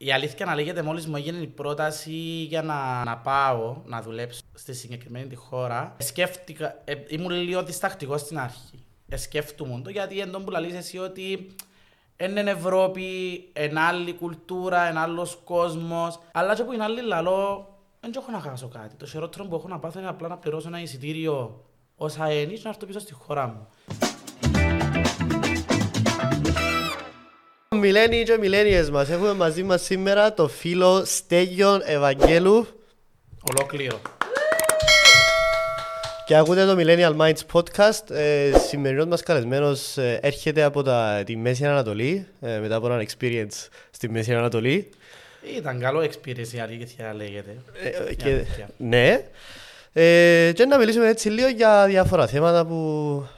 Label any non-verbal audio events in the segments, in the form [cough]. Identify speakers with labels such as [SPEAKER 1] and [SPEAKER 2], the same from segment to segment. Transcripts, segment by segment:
[SPEAKER 1] Η αλήθεια να λέγεται, μόλις μου έγινε η πρόταση για να, να πάω να δουλέψω στη συγκεκριμένη τη χώρα, σκέφτηκα, ε, ήμουν λίγο διστακτικός στην αρχή. Ε, σκέφτομαι το γιατί εν τω που λαλείς εσύ ότι είναι Ευρώπη, είναι άλλη κουλτούρα, είναι άλλος κόσμος. Αλλά και που είναι άλλη λαλό, δεν έχω να χάσω κάτι. Το χειρότερο που έχω να πάθω είναι απλά να πληρώσω ένα εισιτήριο όσα ένι και να έρθω πίσω στη χώρα μου.
[SPEAKER 2] Μιλένοι και μιλένιες μας, έχουμε μαζί μας σήμερα το φίλο Στέγιον Ευαγγέλου
[SPEAKER 1] Ολόκληρο.
[SPEAKER 2] και ακούτε το Millennial Minds Podcast. Ε, σημερινός μας καλεσμένος ε, έρχεται από τα, τη Μέση Ανατολή, ε, μετά από ένα experience στη Μέση Ανατολή.
[SPEAKER 1] Ήταν καλό experience η αλήθεια να λέγεται.
[SPEAKER 2] Ε, ε,
[SPEAKER 1] Η
[SPEAKER 2] και,
[SPEAKER 1] αλήθεια.
[SPEAKER 2] ναι. Ε, και να μιλήσουμε έτσι λίγο για διάφορα θέματα που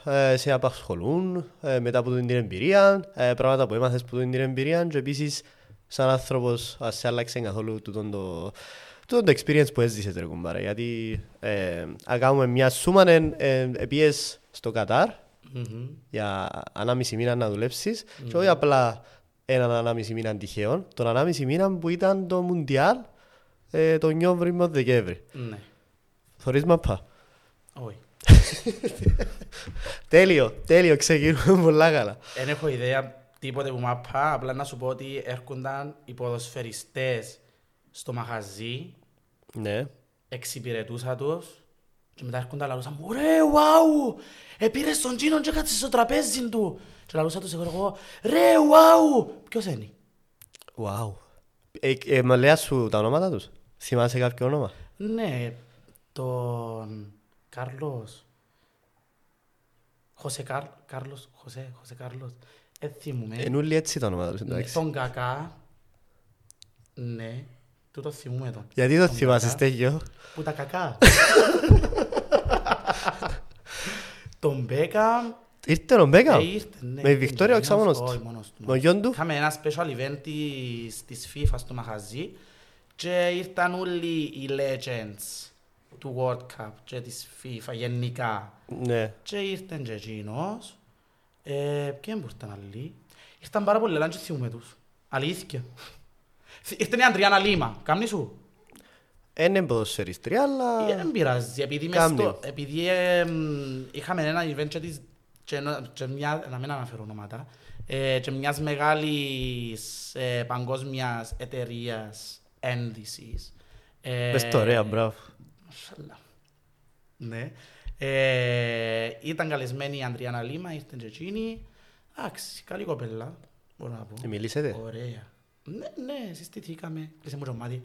[SPEAKER 2] ε, σε απασχολούν ε, μετά από την εμπειρία, ε, πράγματα που έμαθες που την εμπειρία και επίσης σαν άνθρωπος ας σε άλλαξε καθόλου τούτον το, τούτον το experience που έζησες ρε κουμπάρα γιατί ε, αν κάνουμε μια σούμα ε, ε, επίες στο Κατάρ
[SPEAKER 1] Μμμ.
[SPEAKER 2] για ανάμιση μήνα να δουλέψεις και όχι απλά έναν ανάμιση μήνα τυχαίων, τον ανάμιση μήνα που ήταν το Μουντιάλ ε, τον Νιόβρη με τον Δεκέμβρη.
[SPEAKER 1] Ναι,
[SPEAKER 2] Θωρείς μαπά.
[SPEAKER 1] όχι.
[SPEAKER 2] Τέλειο, τέλειο, ξεκινούμε πολλά καλά.
[SPEAKER 1] Δεν έχω ιδέα τίποτε που μαπά, απλά να σου πω ότι έρχονταν οι ποδοσφαιριστές στο μαγαζί,
[SPEAKER 2] Ναι.
[SPEAKER 1] εξυπηρετούσα τους και μετά έρχονταν λαλούσαν μου «Ρε, ουάου, επήρες τον Τζίνον και κάτσες στο τραπέζι του» και λαλούσα τους εγώ εγώ «Ρε, ουάου, ποιος είναι»
[SPEAKER 2] Wow. Ε, ε, μα λέει σου τα ονόματα τους. Θυμάσαι κάποιο όνομα.
[SPEAKER 1] Ναι, τον Κάρλος, Χωσέ Καρ, Κάρλος, Χωσέ, Χωσέ Κάρλος, δεν θυμούμαι.
[SPEAKER 2] Εν ούλοι Ε, έτσι τα ονόματα τους,
[SPEAKER 1] Ε. Ναι,
[SPEAKER 2] εντάξει.
[SPEAKER 1] τον κακά. Ναι, του το θυμούμε τον.
[SPEAKER 2] Γιατί το
[SPEAKER 1] Τον
[SPEAKER 2] θυμάσαι,
[SPEAKER 1] κακά.
[SPEAKER 2] Στέγιο.
[SPEAKER 1] Που τα κακά. τον Μπέκα.
[SPEAKER 2] Ήρθε ο Μπέκα.
[SPEAKER 1] ε, ήρθε, ναι.
[SPEAKER 2] Με η Βικτόρια, ο ξαμόνος
[SPEAKER 1] Όχι,
[SPEAKER 2] του.
[SPEAKER 1] μόνος του. ναι.
[SPEAKER 2] Με ο γιον του.
[SPEAKER 1] Είχαμε ένα special event της, της FIFA στο μαγαζί και ήρθαν όλοι οι legends του World Cup και της FIFA γενικά.
[SPEAKER 2] Ναι.
[SPEAKER 1] Και ήρθαν και εκείνος. Ε, ποιον που ήρθαν άλλοι. Ήρθαν πάρα πολλοί, αλλά δεν θυμούμε τους. Αλήθεια. Ήρθαν η Αντριάννα Λίμα. Κάμνη σου.
[SPEAKER 2] Εν είναι ποδοσφαιριστρία, αλλά...
[SPEAKER 1] Ε, Δεν πειράζει. Επειδή, μες
[SPEAKER 2] Κάμνη.
[SPEAKER 1] στο, επειδή ε, μ, είχαμε ένα event και, της, και, ενο- και μια, να μην αναφέρω ονόματα, ε, και μιας μεγάλης ε, παγκόσμιας εταιρείας ένδυσης. Ε,
[SPEAKER 2] Πες το ωραία, μπράβο.
[SPEAKER 1] Μασάλα. Ναι. Ε, ήταν καλεσμένη η Αντριάννα Λίμα, ήρθε και εκείνη. Εντάξει, καλή κοπέλα, μπορώ να πω.
[SPEAKER 2] Ε, Μιλήσετε.
[SPEAKER 1] Ωραία. Ναι, ναι, συστηθήκαμε. Κλείσε μου το μάτι.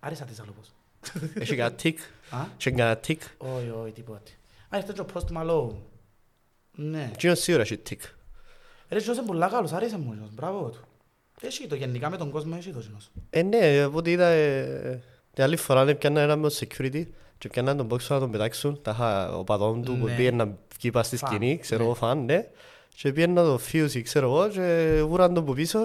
[SPEAKER 1] Άρεσα της άλλο πως.
[SPEAKER 2] Έχει κανένα τικ.
[SPEAKER 1] Α,
[SPEAKER 2] Έχει κανένα τικ.
[SPEAKER 1] όχι, όχι, τίποτε. Α, ήρθε και ο Post Malone. Ναι.
[SPEAKER 2] Εκείνος σίγουρα έχει τικ.
[SPEAKER 1] Ρε, εκείνος είναι πολλά καλός, άρεσε μου εκείνος, μπράβο του. Έχει το, γενικά με τον κόσμο έχει το εκείνος.
[SPEAKER 2] Ε, ναι, από ό,τι είδα, ε, την άλλη φορά ναι, πιάννα ένα με το security και πιάννα τον boxer να τον πετάξουν, τα είχα ο παδόν του που
[SPEAKER 1] Ναι.
[SPEAKER 2] πήγε να βγει πας στη
[SPEAKER 1] Φαν,
[SPEAKER 2] σκηνή, ξέρω
[SPEAKER 1] ναι.
[SPEAKER 2] εγώ φαν, ναι. Και πήγε να το φίουσει, ξέρω εγώ, και βούραν τον που πίσω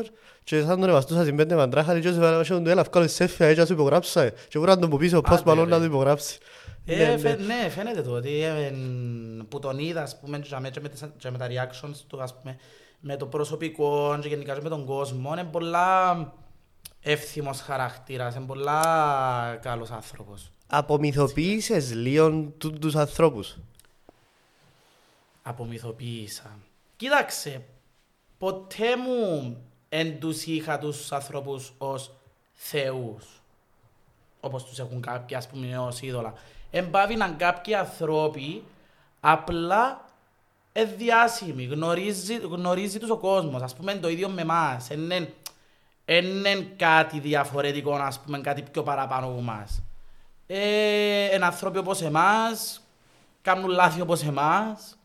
[SPEAKER 2] και σαν τον εβαστούσα στην πέντε μαντράχα και όσο βάζουν του έλα, βγάλε selfie, έτσι να σου υπογράψα και βούραν τον που πίσω, πώς
[SPEAKER 1] Άντε,
[SPEAKER 2] μάλλον
[SPEAKER 1] ρε.
[SPEAKER 2] να του υπογράψει.
[SPEAKER 1] Ε,
[SPEAKER 2] Ναι,
[SPEAKER 1] φαι-
[SPEAKER 2] ναι.
[SPEAKER 1] ναι, φαίνεται το ότι ε, εν, που τον είδα, ας πούμε, και με- και με, τις- και με τα reactions του, ας πούμε, με το προσωπικό και γενικά και με τον κόσμο, είναι πολλά εύθυμος χαρακτήρας, είναι πολλά καλός άνθρωπος.
[SPEAKER 2] Απομυθοποίησες λίγο του- τους ανθρώπους.
[SPEAKER 1] Απομυθοποίησα. Κοίταξε, ποτέ μου εν τους είχα τους ανθρώπους ως θεούς. όπως τους έχουν κάποιοι ας πούμε ως είδωλα. Εμπάβηναν κάποιοι ανθρώποι απλά εδιάσημοι, γνωρίζει, γνωρίζει τους ο κόσμος, ας πούμε το ίδιο με εμάς, είναι, είναι κάτι διαφορετικό, ας πούμε κάτι πιο παραπάνω από εμάς. Ε, εν άνθρωποι όπως εμάς, κάνουν λάθη όπως εμάς,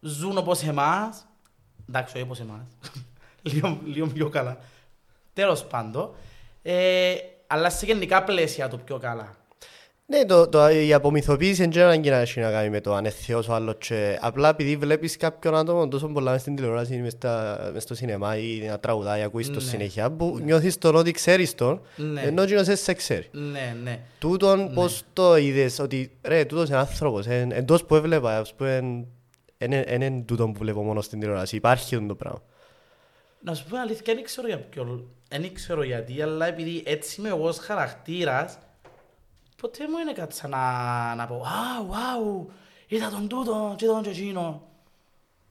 [SPEAKER 1] ζουν όπως εμάς, εντάξει όχι όπως εμάς, [laughs] λίγο, λίγο πιο καλά, τέλος πάντων, ε, αλλά σε γενικά πλαίσια το πιο καλά.
[SPEAKER 2] Ναι, το, το, η απομυθοποίηση δεν ξέρω αν και να έχει να κάνει με το αν είναι θεός ο άλλος και απλά επειδή βλέπεις κάποιον άτομο τόσο πολλά μες στην τηλεόραση ή μες, στα- μες στο σινεμά ή να τραγουδάει, ακούεις το
[SPEAKER 1] Ναι.
[SPEAKER 2] συνέχεια που νιώθεις τον ότι ξέρεις τον
[SPEAKER 1] Ναι.
[SPEAKER 2] ενώ εκείνος δεν σε ξέρει.
[SPEAKER 1] Ναι, ναι.
[SPEAKER 2] Τούτον πώς το είδες ότι ρε τούτος είναι άνθρωπος, εν, εντός που έβλεπα ας πούμε εν- εν- εν- εν είναι τούτον που βλέπω μόνο στην τηλεόραση, υπάρχει αυτό το πράγμα.
[SPEAKER 1] Να σου πω αλήθεια, δεν ξέρω για ποιο. Δεν ξέρω γιατί, αλλά επειδή έτσι είμαι εγώ ως χαρακτήρας, ποτέ μου είναι κάτι να, να πω «Α, wow, είδα τον τούτο και τον και εκείνο».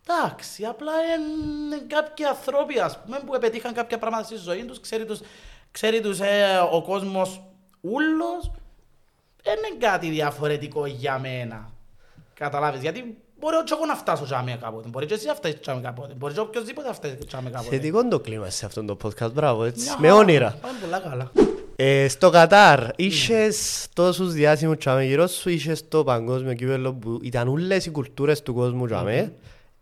[SPEAKER 1] Εντάξει, απλά είναι κάποιοι ανθρώποι, ας πούμε, που επετύχαν κάποια πράγματα στη ζωή τους, ξέρει τους, ξέρει τους ε, ο κόσμος ούλος, δεν είναι κάτι διαφορετικό για μένα. Καταλάβεις, γιατί μπορεί και εγώ να φτάσω τζάμε κάποτε, μπορεί και εσύ να φτάσεις τζάμε κάποτε, μπορεί και οποιοςδήποτε να φτάσεις τζάμε κάποτε.
[SPEAKER 2] Θετικό είναι το κλίμα σε αυτό το podcast, μπράβο, έτσι,
[SPEAKER 1] Μια
[SPEAKER 2] με
[SPEAKER 1] χαρά,
[SPEAKER 2] όνειρα.
[SPEAKER 1] Πάμε πολλά καλά.
[SPEAKER 2] Ε, στο Κατάρ, είχες τόσους διάσημους τσάμε γύρω σου, είχες το παγκόσμιο κύπελλο που ήταν όλες οι κουλτούρες του κόσμου τσάμε.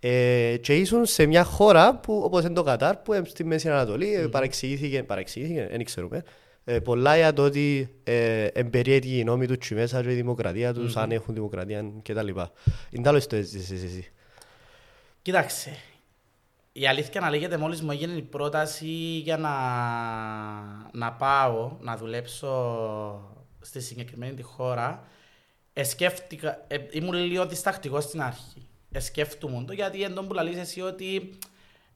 [SPEAKER 2] Ε, και ήσουν σε μια χώρα που, όπως είναι το Κατάρ, που ε, στη Μέση Ανατολή ε, παρεξηγήθηκε, παρεξηγήθηκε, δεν ξέρουμε, ε, πολλά για το ότι ε, εμπεριέτει η νόμη του τσι μέσα και η δημοκρατία τους, αν έχουν δημοκρατία κτλ. Είναι άλλο το έζησες εσύ.
[SPEAKER 1] Κοίταξε. Η αλήθεια να λέγεται, μόλι μου έγινε η πρόταση για να, να πάω να δουλέψω στη συγκεκριμένη τη χώρα, ε, σκέφτηκα, ε, ήμουν λίγο διστακτικό στην αρχή. Ε, σκέφτομαι το γιατί εν τω που λαλείς εσύ ότι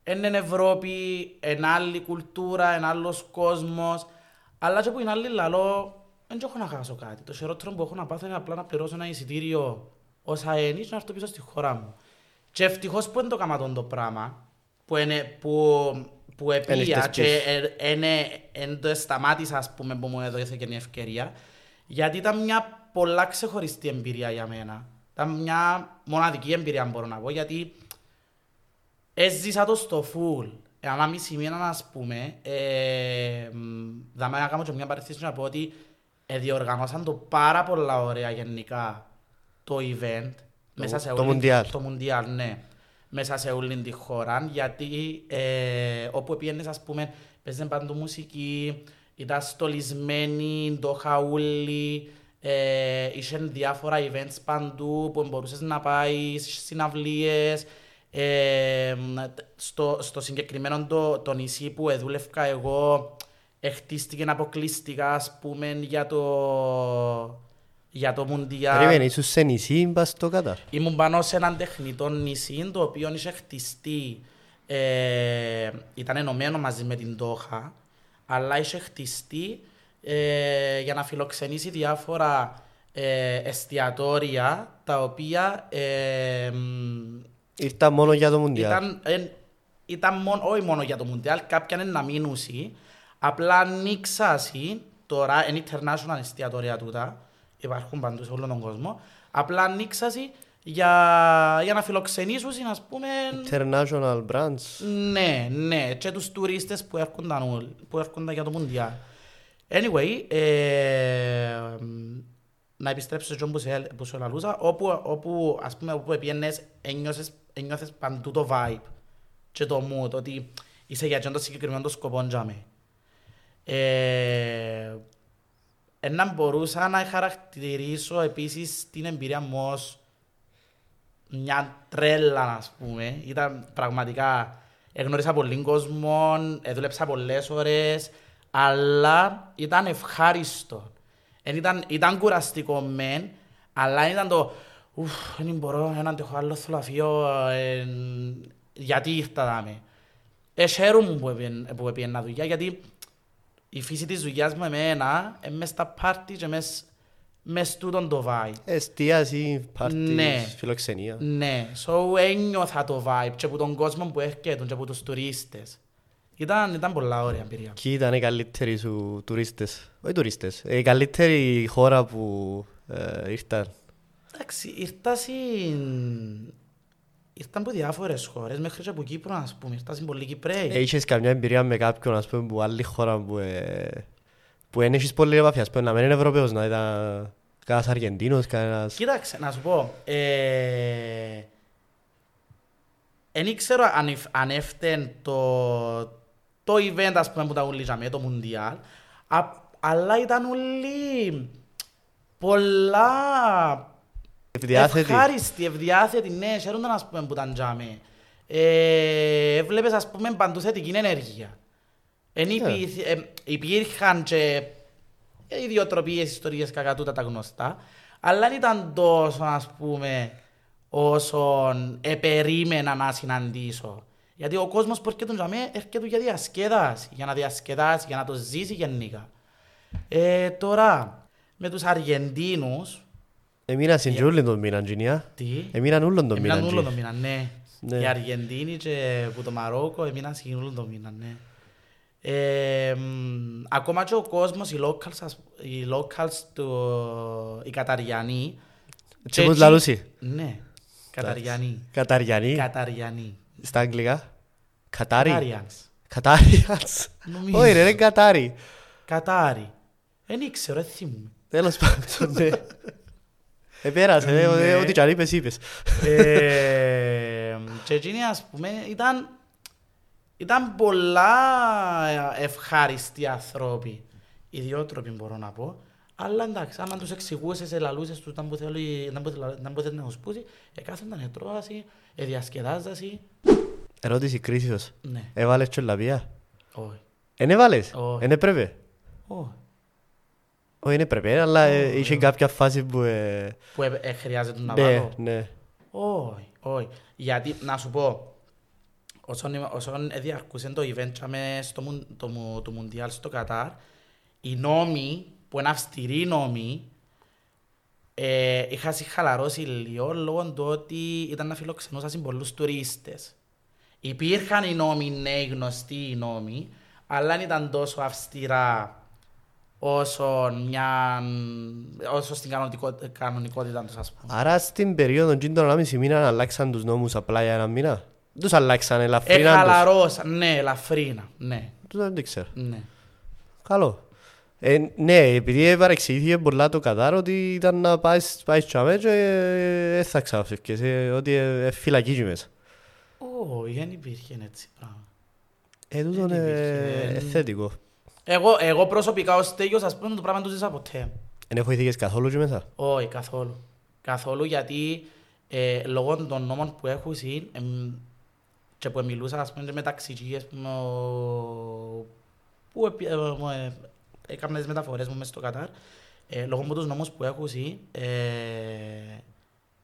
[SPEAKER 1] είναι Ευρώπη, εν άλλη κουλτούρα, εν άλλος κόσμος. Αλλά και που είναι άλλη λαλό, δεν έχω να χάσω κάτι. Το χειρότερο που έχω να πάθω είναι απλά να πληρώσω ένα εισιτήριο όσα ένι και να έρθω πίσω στη χώρα μου. Και ευτυχώς που δεν το έκανα το πράγμα, που, είναι, που, που
[SPEAKER 2] Εν ήρθες
[SPEAKER 1] επήγα και
[SPEAKER 2] πίσω.
[SPEAKER 1] ε, ε, ναι, εν το σταμάτησα, ας πούμε, που μου έδωσε και μια ευκαιρία. Γιατί ήταν μια πολλά ξεχωριστή εμπειρία για μένα. Ήταν μια μοναδική εμπειρία, μπορώ να πω, γιατί έζησα το στο φουλ. Ένα μισή μήνα, ας πούμε, ε, μ, δάμε να κάνω και μια παρεθήση να πω ότι ε, διοργανώσαν το πάρα πολλά ωραία γενικά το event. μέσα σε
[SPEAKER 2] το
[SPEAKER 1] όλη-
[SPEAKER 2] Μουντιάλ.
[SPEAKER 1] Το Μουντιάλ, ναι. Μέσα σε όλη τη χώρα, γιατί ε, όπου πήγαινες, ας πούμε, παίζαν παντού μουσική, ήταν στολισμένοι, το χαούλι, ε, είχαν διάφορα events παντού που μπορούσες να πάεις, συναυλίες, ε, στο, στο συγκεκριμένο το, το νησί που εδούλευκα εγώ, εχτίστηκε αποκλειστικά, ας πούμε, για το, για το Μουντιάλ.
[SPEAKER 2] Περίμενε, ήσουν σε νησί, πας στο Κατάρ.
[SPEAKER 1] Ήμουν πάνω σε έναν τεχνητό νησί το οποίο είχε χτιστεί. Ε, ήταν ενωμένο μαζί με την Τόχα, αλλά είχε χτιστεί ε, για να φιλοξενήσει διάφορα ε, εστιατόρια τα οποία ε, μ,
[SPEAKER 2] Ήρθα μόνο για το Μουντιάλ.
[SPEAKER 1] ήταν, εν, ήταν μόνο, όχι μόνο για το Μουντιάλ, κάποια είναι να μείνουσι. Απλά ανοίξασι, τώρα είναι international εστιατόρια τούτα, υπάρχουν παντού σε όλο τον κόσμο. Απλά ανοίξασι για, για να φιλοξενήσουσι, να πούμε,
[SPEAKER 2] International brands.
[SPEAKER 1] ναι, ναι, και τους τουρίστες που έρχονταν, όλοι- που έρχονταν για το Μουντιάλ. Anyway, ε, μ, να επιστρέψω σε τζον που, σε, που σου λαλούσα, όπου, όπου, ας πούμε, όπου επίενες, ένιωσες, ένιωθες παντού το vibe και το mood, ότι είσαι για τζον το συγκεκριμένο το σκοπό για μέ. Ε, ε, να μπορούσα να χαρακτηρίσω επίσης την εμπειρία μου ως μια τρέλα, ας πούμε. Ήταν πραγματικά. Εγνώρισα πολλοί κόσμο, ε, δούλεψα πολλές ώρες, αλλά ήταν ευχάριστο. Εν ήταν, ήταν κουραστικό μεν, αλλά ήταν το. Ουφ, δεν μπορώ, δεν αντέχω άλλο, θέλω να φύγω. ε, γιατί ήρθα δάμε. Ε, χαίρομαι που έπιεν- που έπιενα δουλειά, γιατί η φύση της δουλειάς μου εμένα, ε, μες στα πάρτις και μες, μες τούτον το vibe.
[SPEAKER 2] Εστίαση,
[SPEAKER 1] Ναι.
[SPEAKER 2] πάρτι, φιλοξενία.
[SPEAKER 1] Ναι, so ένιωθα το vibe και από τον κόσμο που έρχεται και από τους τουρίστες. Ήταν, ήταν πολλά ωραία εμπειρία.
[SPEAKER 2] Ποιοι ήταν οι καλύτεροι σου τουρίστες, όχι τουρίστες, ε, η καλύτερη χώρα που ε, ήρθαν.
[SPEAKER 1] Εντάξει, ήρθα συν... Ήρθαν από διάφορες χώρες, μέχρι και από Κύπρο, ας πούμε. Ήρθα συν πολλοί Κυπρέοι.
[SPEAKER 2] Ε, Είχες καμιά εμπειρία με κάποιον, ας πούμε, που άλλη χώρα που, ε, που δεν έχεις πολύ επαφή, ας πούμε, να μην είναι Ευρωπαίος, να ήταν κανένας Αργεντίνος, κανένας...
[SPEAKER 1] Κοίταξε, να σου πω. Ε... Εν ήξερα αν, υφ- αν έφταιν το, το event ας πούμε, που τα ουλήσαμε, το Μουντιάλ, α- αλλά ήταν όλοι πολλά
[SPEAKER 2] Ευδιάθετη.
[SPEAKER 1] ευχάριστοι, ευδιάθετοι, ναι, χαίρονταν ας πούμε που ήταν τζάμε. Ε, έβλεπες ας πούμε παντού θετική ενέργεια. Εν υπήρχε- ε, υπήρχαν και ιδιοτροπίες, ιστορίες κακά τούτα τα γνωστά, αλλά δεν ήταν τόσο ας πούμε όσον επερίμενα να συναντήσω. Γιατί ο κόσμος που έρχεται για μένα έρχεται για διασκέδαση, για να διασκεδάσει, για να το ζήσει γενικά. Ε, τώρα, με τους Αργεντίνους,
[SPEAKER 2] Εμείναν στην τζούλη τον μήνα, Τζινιά.
[SPEAKER 1] τι...
[SPEAKER 2] Εμείναν ούλον τον μήνα.
[SPEAKER 1] Έμειναν όλο το
[SPEAKER 2] Τζι.
[SPEAKER 1] μήνα, ναι.
[SPEAKER 2] Ναι.
[SPEAKER 1] Οι Αργεντίνοι και που το Μαρόκο έμειναν σχεδόν όλο το μήνα, ναι. Ε, μ, ακόμα και ο κόσμος, οι locals, ας- οι locals του, οι Καταριανοί.
[SPEAKER 2] Τι μου λαλούσι.
[SPEAKER 1] Ναι, Καταριανοί.
[SPEAKER 2] Καταριανή.
[SPEAKER 1] Καταριανοί.
[SPEAKER 2] Στα αγγλικά. Κατάρι.
[SPEAKER 1] Κατάριανς.
[SPEAKER 2] Κατάριας.
[SPEAKER 1] Νομίζω.
[SPEAKER 2] Όχι ρε, είναι Κατάρι.
[SPEAKER 1] Κατάρι. Δεν ήξερα, δεν θυμούμαι.
[SPEAKER 2] Τέλος πάντων, ναι. Επέρασε, ε, ο- ε,
[SPEAKER 1] Ναι.
[SPEAKER 2] ό,τι κι αν είπες, είπες.
[SPEAKER 1] Ε, και εκείνοι ας πούμε ήταν, ήταν πολλά ευχάριστοι άνθρωποι, ιδιότροποι μπορώ να πω, αλλά εντάξει, άμα τους εξηγούσες, ελαλούσες τους, ήταν που θέλει ήταν που θέλει- ήταν που θέλει να τους πούσει, εκάθονταν, ετρώαση, εδιασκεδάζαση,
[SPEAKER 2] Ερώτηση κρίσιος.
[SPEAKER 1] ναι,
[SPEAKER 2] Έβαλες τσολαπία.
[SPEAKER 1] όχι,
[SPEAKER 2] Εν έβαλες.
[SPEAKER 1] Όχι.
[SPEAKER 2] Εν έπρεπε.
[SPEAKER 1] όχι,
[SPEAKER 2] Όχι, εν έπρεπε, αλλά ε, είχε κάποια φάση που... ε,
[SPEAKER 1] που ε, ε, χρειάζεται να
[SPEAKER 2] Ναι,
[SPEAKER 1] βάλω.
[SPEAKER 2] ναι.
[SPEAKER 1] Όχι, όχι. Γιατί, να σου πω, όσον, είμα- όσον διαρκούσε το event τσάμε στο, μουν- το, μου- το Μουντιάλ στο Κατάρ, οι νόμοι, που είναι αυστηροί νόμοι, ε, είχα συγχαλαρώσει λίγο λόγω του ότι ήταν να φιλοξενούσαν πολλούς τουρίστες. Υπήρχαν οι νόμοι, ναι, οι γνωστοί οι νόμοι, αλλά δεν ήταν τόσο αυστηρά όσο, μια, όσο στην κανονικότητα, κανονικότητα τους, ας πούμε.
[SPEAKER 2] Άρα στην περίοδο τζιν των 1,5 μήνα αλλάξαν τους νόμους απλά για ένα μήνα. Τους αλλάξαν, ε, ελαφρύναν
[SPEAKER 1] Εχαλαρώσαν, Ε, ναι, ελαφρίνα. Ναι,
[SPEAKER 2] τους. Δεν το ξέρω.
[SPEAKER 1] ναι.
[SPEAKER 2] Καλό. Ε, ναι, επειδή παρεξηγήθηκε πολλά το Κατάρ ότι ήταν να πάεις, πάεις τσάμε και ε, θα ξαφνικές, ε, ότι ε, ε, φυλακή και μέσα.
[SPEAKER 1] Όχι, δεν υπήρχε έτσι πράγμα.
[SPEAKER 2] Ε, τούτον
[SPEAKER 1] Δεν
[SPEAKER 2] ε,
[SPEAKER 1] υπήρχε,
[SPEAKER 2] ε,
[SPEAKER 1] ε,
[SPEAKER 2] θετικό.
[SPEAKER 1] Εγώ, εγώ προσωπικά ως τέλειος, ας πούμε, το πράγμα δεν το ζήσα ποτέ.
[SPEAKER 2] Εν έχω ηθίκες καθόλου και μέσα.
[SPEAKER 1] Όχι, καθόλου. Καθόλου γιατί ε, λόγω των νόμων που έχουν εμ, και που μιλούσα ας πούμε, και με ταξιτζίες που, με, ο- που επι- ε, μου, ε, έκανα τις μεταφορές μου μες στο Κατάρ, ε, λόγω από τους νόμους που έχουν ε,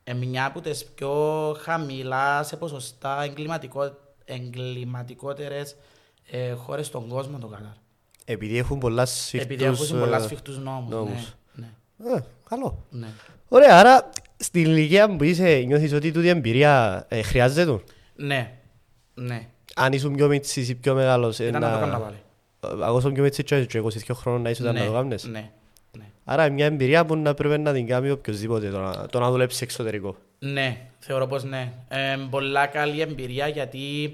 [SPEAKER 1] ε, μια από τις πιο χαμηλά σε ποσοστά εγκληματικό, εγκληματικότερες ε, χώρες στον κόσμο το Κατάρ.
[SPEAKER 2] Επειδή έχουν πολλά σφιχτούς...
[SPEAKER 1] Επειδή έχουν πολλά
[SPEAKER 2] ε,
[SPEAKER 1] σφιχτούς νόμους.
[SPEAKER 2] νόμους.
[SPEAKER 1] Ναι, ναι,
[SPEAKER 2] ε, καλό.
[SPEAKER 1] ναι.
[SPEAKER 2] Ωραία, άρα στην ηλικία που είσαι νιώθεις ότι τούτη εμπειρία ε, χρειάζεται.
[SPEAKER 1] Ναι, ναι.
[SPEAKER 2] Αν ήσουν πιο μίτσις ή πιο μεγάλος... ε,
[SPEAKER 1] Ήταν να το κάνω πάλι.
[SPEAKER 2] Εγώ ήσουν πιο μίτσις και εγώ χρόνων να είσαι όταν να το κάνεις.
[SPEAKER 1] Ναι, ναι.
[SPEAKER 2] Άρα μια εμπειρία που να πρέπει να την κάνει οποιοςδήποτε το να, το να δουλέψεις εξωτερικό.
[SPEAKER 1] Ναι, θεωρώ πως ναι. Ε, πολλά καλή εμπειρία γιατί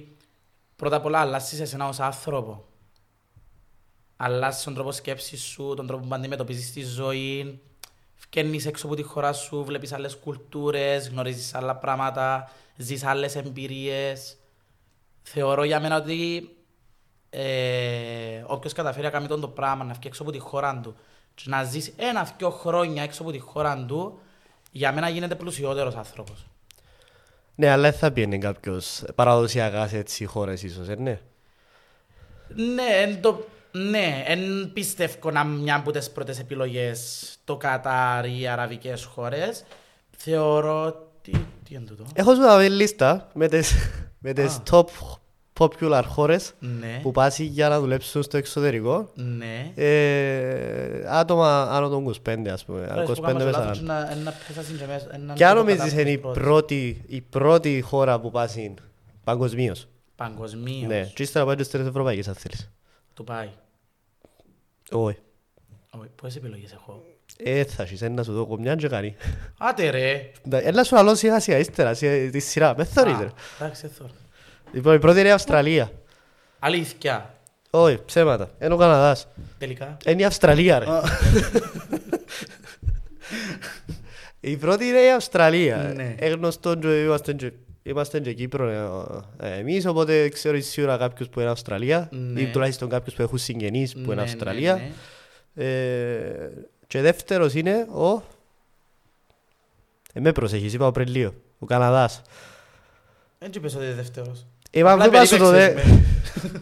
[SPEAKER 1] πρώτα απ' όλα αλλάσεις εσένα ως άνθρωπο. Αλλάσεις τον τρόπο σκέψης σου, τον τρόπο που αντιμετωπίζεις τη ζωή. Φκαίνεις έξω από τη χώρα σου, βλέπεις άλλες κουλτούρες, γνωρίζεις άλλα πράγματα, ζεις άλλες εμπειρίες. Θεωρώ για μένα ότι ε, όποιος καταφέρει να κάνει τον το πράγμα, να βγει έξω από τη χώρα του και να ζήσει ένα-δυο χρόνια έξω από τη χώρα του, για μένα γίνεται πλουσιότερος άνθρωπος.
[SPEAKER 2] Ναι, αλλά δεν θα πιένει κάποιος παραδοσιακά σε έτσι χώρες ίσως, ε, ναι.
[SPEAKER 1] Ναι, εν το... Ναι, εν πιστεύω να μια από τις πρώτες επιλογές το Κατάρ ή οι αραβικές χώρες. Θεωρώ ότι... Τι είναι τούτο?
[SPEAKER 2] Έχω σου δει λίστα με τις, με τις
[SPEAKER 1] Α.
[SPEAKER 2] top popular χώρες
[SPEAKER 1] Ναι,
[SPEAKER 2] Ε. που πάσει για να δουλέψουν στο εξωτερικό.
[SPEAKER 1] ναι.
[SPEAKER 2] Ε, άτομα άνω των 25 ας πούμε,
[SPEAKER 1] Ρε,
[SPEAKER 2] από
[SPEAKER 1] σου
[SPEAKER 2] 25
[SPEAKER 1] κάνω σε
[SPEAKER 2] με 40.
[SPEAKER 1] λάθος να- να πέθασαν και μέσα- έναν
[SPEAKER 2] Ποια
[SPEAKER 1] το
[SPEAKER 2] νομίζεις
[SPEAKER 1] Κατάρ
[SPEAKER 2] είναι η
[SPEAKER 1] πρώτη.
[SPEAKER 2] πρώτη, η πρώτη χώρα που πάσει παγκοσμίως.
[SPEAKER 1] Παγκοσμίως.
[SPEAKER 2] Ναι, και ύστερα πάει και στις ευρωπαϊκές αν θέλεις.
[SPEAKER 1] Του πάει.
[SPEAKER 2] Όχι.
[SPEAKER 1] Όχι, Πόσες επιλογές έχω.
[SPEAKER 2] Ε, θα έχεις ένα σου δω κομμιά και κάνει.
[SPEAKER 1] Άτε ρε.
[SPEAKER 2] Έλα σου άλλο σιγά σιγά ύστερα, σε- τη σειρά, με θωρείς
[SPEAKER 1] Α,
[SPEAKER 2] ρε.
[SPEAKER 1] Εντάξει, θέλω.
[SPEAKER 2] Λοιπόν, η πρώτη είναι η Αυστραλία.
[SPEAKER 1] Αλήθεια.
[SPEAKER 2] Όχι, ψέματα. Είναι ο Καναδάς.
[SPEAKER 1] Τελικά.
[SPEAKER 2] Ε, Είναι η Αυστραλία, ρε. Η πρώτη είναι η Αυστραλία.
[SPEAKER 1] Ναι.
[SPEAKER 2] Ε, γνωστόν και είμαστε και- Είμαστε και Κύπρο ε, ε, εμείς, οπότε ξέρω σίγουρα κάποιους που είναι Αυστραλία
[SPEAKER 1] Ναι.
[SPEAKER 2] ή τουλάχιστον κάποιους που έχουν συγγενείς που
[SPEAKER 1] Ναι, ναι,
[SPEAKER 2] είναι Αυστραλία.
[SPEAKER 1] ναι.
[SPEAKER 2] Ε, Και δεύτερος είναι ο... Ε, με προσέχεις, είπα πριν λίγο. Ο Καναδάς. Ε,
[SPEAKER 1] Δεν είπες ότι είναι δεύτερος.
[SPEAKER 2] Είπα,
[SPEAKER 1] Απλά
[SPEAKER 2] μην πας στο δε-
[SPEAKER 1] περίπεξες με.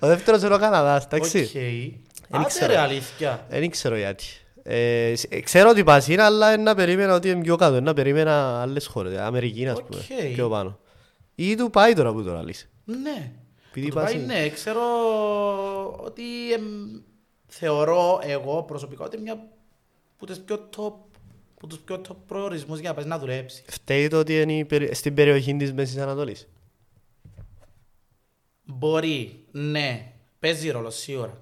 [SPEAKER 2] Ο δεύτερος είναι ο Καναδάς, εντάξει.
[SPEAKER 1] Οκ. Άτε
[SPEAKER 2] ήξερα.
[SPEAKER 1] ρε αλήθεια.
[SPEAKER 2] Δεν ξέρω γιατί. Ε, σ- ε, ξέρω ότι πας είναι, αλλά ένα περίμενα ότι είναι πιο κάτω. Ένα περίμενα άλλες χώρες. ε, Αμερική, ας
[SPEAKER 1] Οκ.
[SPEAKER 2] πούμε. Πιο πάνω. Ή του πάει τώρα που το λαλείς.
[SPEAKER 1] Ναι.
[SPEAKER 2] Επειδή
[SPEAKER 1] Που του
[SPEAKER 2] πας-
[SPEAKER 1] πάει, ναι, ξέρω ότι εμ, θεωρώ εγώ προσωπικά ότι μια που τις πιο top που τους πιο top προορισμούς για να πας να δουλέψεις.
[SPEAKER 2] Φταίει το ότι είναι η περι- στην περιοχή της Μέσης Ανατολής.
[SPEAKER 1] Μπορεί, ναι, παίζει ρόλο σίγουρα.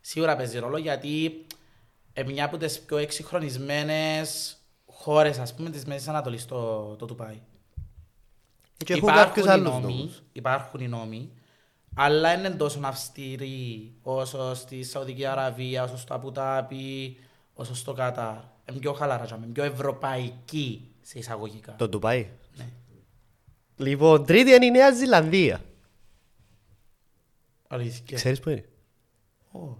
[SPEAKER 1] Σίγουρα παίζει ρόλο γιατί ε, μια από τις πιο εξυγχρονισμένες χώρες, ας πούμε, της Μέσης Ανατολής το, το Τουπάι.
[SPEAKER 2] Και έχουν
[SPEAKER 1] Υπάρχουν
[SPEAKER 2] κάποιους
[SPEAKER 1] οι
[SPEAKER 2] άλλους
[SPEAKER 1] νόμοι,
[SPEAKER 2] νόμους.
[SPEAKER 1] Υπάρχουν οι νόμοι, αλλά δεν είναι τόσο αυστηροί όσο στη Σαουδική Αραβία, όσο στο Απουτάπι, όσο στο Κατάρ. Είναι πιο χαλαρά, τζάμε, πιο ευρωπαϊκή σε εισαγωγικά.
[SPEAKER 2] Το Ντουπάι.
[SPEAKER 1] Ναι.
[SPEAKER 2] Λοιπόν, τρίτη είναι η Νέα Ζηλανδία.
[SPEAKER 1] Αλήθεια.
[SPEAKER 2] Ξέρεις που είναι.
[SPEAKER 1] Ω.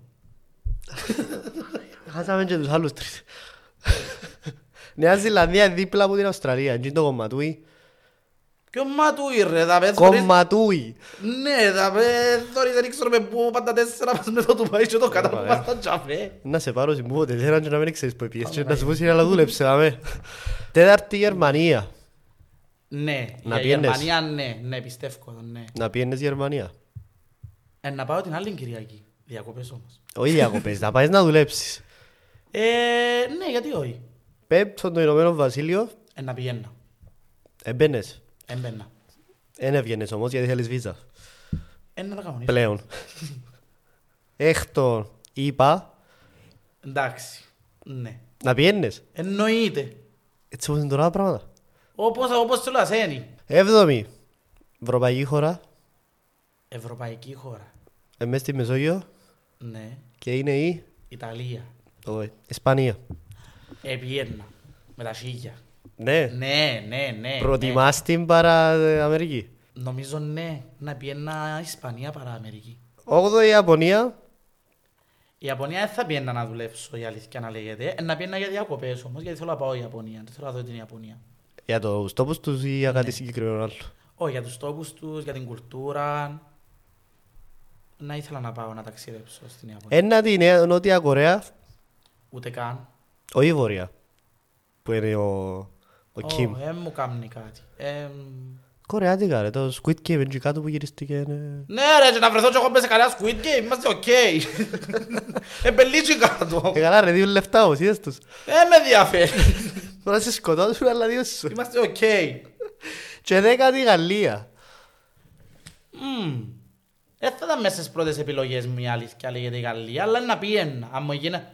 [SPEAKER 2] Χάσαμε και τους άλλους τρεις. [laughs] Νέα Ζηλανδία δίπλα από την Αυστραλία. Είναι το κομματούι.
[SPEAKER 1] Ποιο ματούι ρε, θα πες θωρείς-
[SPEAKER 2] Κομματούι.
[SPEAKER 1] Ναι, θα πες θωρείς, δεν ξέρουμε πού πάντα τέσσερα πας με το Τουπάι και το Κατάρ που
[SPEAKER 2] Ωραία.
[SPEAKER 1] πας στα τζαφέ.
[SPEAKER 2] Να σε πάρω συμβούλιο τετέρα και να μην ξέρεις που πιέσεις και να σου πω στην άλλα δούλεψε. αμέ. Τέταρτη Γερμανία.
[SPEAKER 1] Ναι,
[SPEAKER 2] Να
[SPEAKER 1] για
[SPEAKER 2] πιένες.
[SPEAKER 1] Γερμανία ναι, ναι, πιστεύω, ναι.
[SPEAKER 2] Να πιένες Γερμανία.
[SPEAKER 1] Ε, να πάω την άλλη Κυριακή, διακοπές όμως.
[SPEAKER 2] Όχι διακοπές, να πάεις να δουλέψεις.
[SPEAKER 1] Ε, ναι, γιατί όχι.
[SPEAKER 2] Πέμπτον το Ηνωμένο Βασίλειο,
[SPEAKER 1] Ε, να πηγαίνω. Ε,
[SPEAKER 2] εμπαίνες.
[SPEAKER 1] Έμπαινα.
[SPEAKER 2] Εν έβγαινες όμως γιατί θέλεις βίζα.
[SPEAKER 1] Ένα Ε, να κανονίσω.
[SPEAKER 2] Πλέον. Έκτον, είπα,
[SPEAKER 1] Εντάξει. Ναι.
[SPEAKER 2] να πιένες.
[SPEAKER 1] Εννοείται.
[SPEAKER 2] Έτσι όπως είναι τώρα τα πράγματα.
[SPEAKER 1] Όπως, όπως του λασένει.
[SPEAKER 2] Έβδομη, Ευρωπαϊκή χώρα,
[SPEAKER 1] Ευρωπαϊκή χώρα.
[SPEAKER 2] ε, μες στη Μεσόγειο
[SPEAKER 1] Ναι.
[SPEAKER 2] και είναι η
[SPEAKER 1] Ιταλία.
[SPEAKER 2] όχι, Ισπανία.
[SPEAKER 1] Ε, Βιέννα. Με τα σίγια.
[SPEAKER 2] Ναι,
[SPEAKER 1] Ναι, ναι, ναι. ναι.
[SPEAKER 2] προτιμάς την παρά ε, Αμερική.
[SPEAKER 1] Νομίζω ναι. Να πιένα Ισπανία παρά Αμερική.
[SPEAKER 2] Όγδοη, Ιαπωνία,
[SPEAKER 1] Η Ιαπωνία δεν θα πιένα να δουλέψω, η αλήθεια να λέγεται. Ε, Να πιένα για διακοπές όμως, γιατί θέλω να πάω η Ιαπωνία. Δεν θέλω να δω την Ιαπωνία.
[SPEAKER 2] για τους τόπους τους ή για κάτι συγκεκριμένο άλλο.
[SPEAKER 1] Ναι. Όχι, για τους τόπους τους, για την κουλτούρα. Να ήθελα να πάω να ταξιδέψω στην Ιαπωνία.
[SPEAKER 2] Ένατη, Νέα- Νότια Κορέα,
[SPEAKER 1] Ούτε καν.
[SPEAKER 2] όχι η Βόρεια, που είναι ο, ο Κιμ.
[SPEAKER 1] Ε, μου κάνει κάτι. Ε,
[SPEAKER 2] Κορεάτικα ρε, το Squid Game είναι και κάτω που γυρίστηκε. ναι.
[SPEAKER 1] ναι ρε, και να βρεθώ και εγώ μέσα σε καλά Squid Game, είμαστε
[SPEAKER 2] [laughs]
[SPEAKER 1] οκ. Εμπελίτσι κάτω.
[SPEAKER 2] Ε, καλά ρε, δύο λεφτά όμως, είδες τους.
[SPEAKER 1] Ε, με
[SPEAKER 2] [laughs]
[SPEAKER 1] ενδιαφέρει.
[SPEAKER 2] Τώρα σε σκοτώσουν, αλλά δύο σου.
[SPEAKER 1] Είμαστε οκ.
[SPEAKER 2] Και δέκατη Γαλλία.
[SPEAKER 1] Μμμ. Ε, θα ήταν μέσα στις πρώτες επιλογές μου η αλήθεια λέγεται η Γαλλία, αλλά να πιένα. Αν μου γίνα...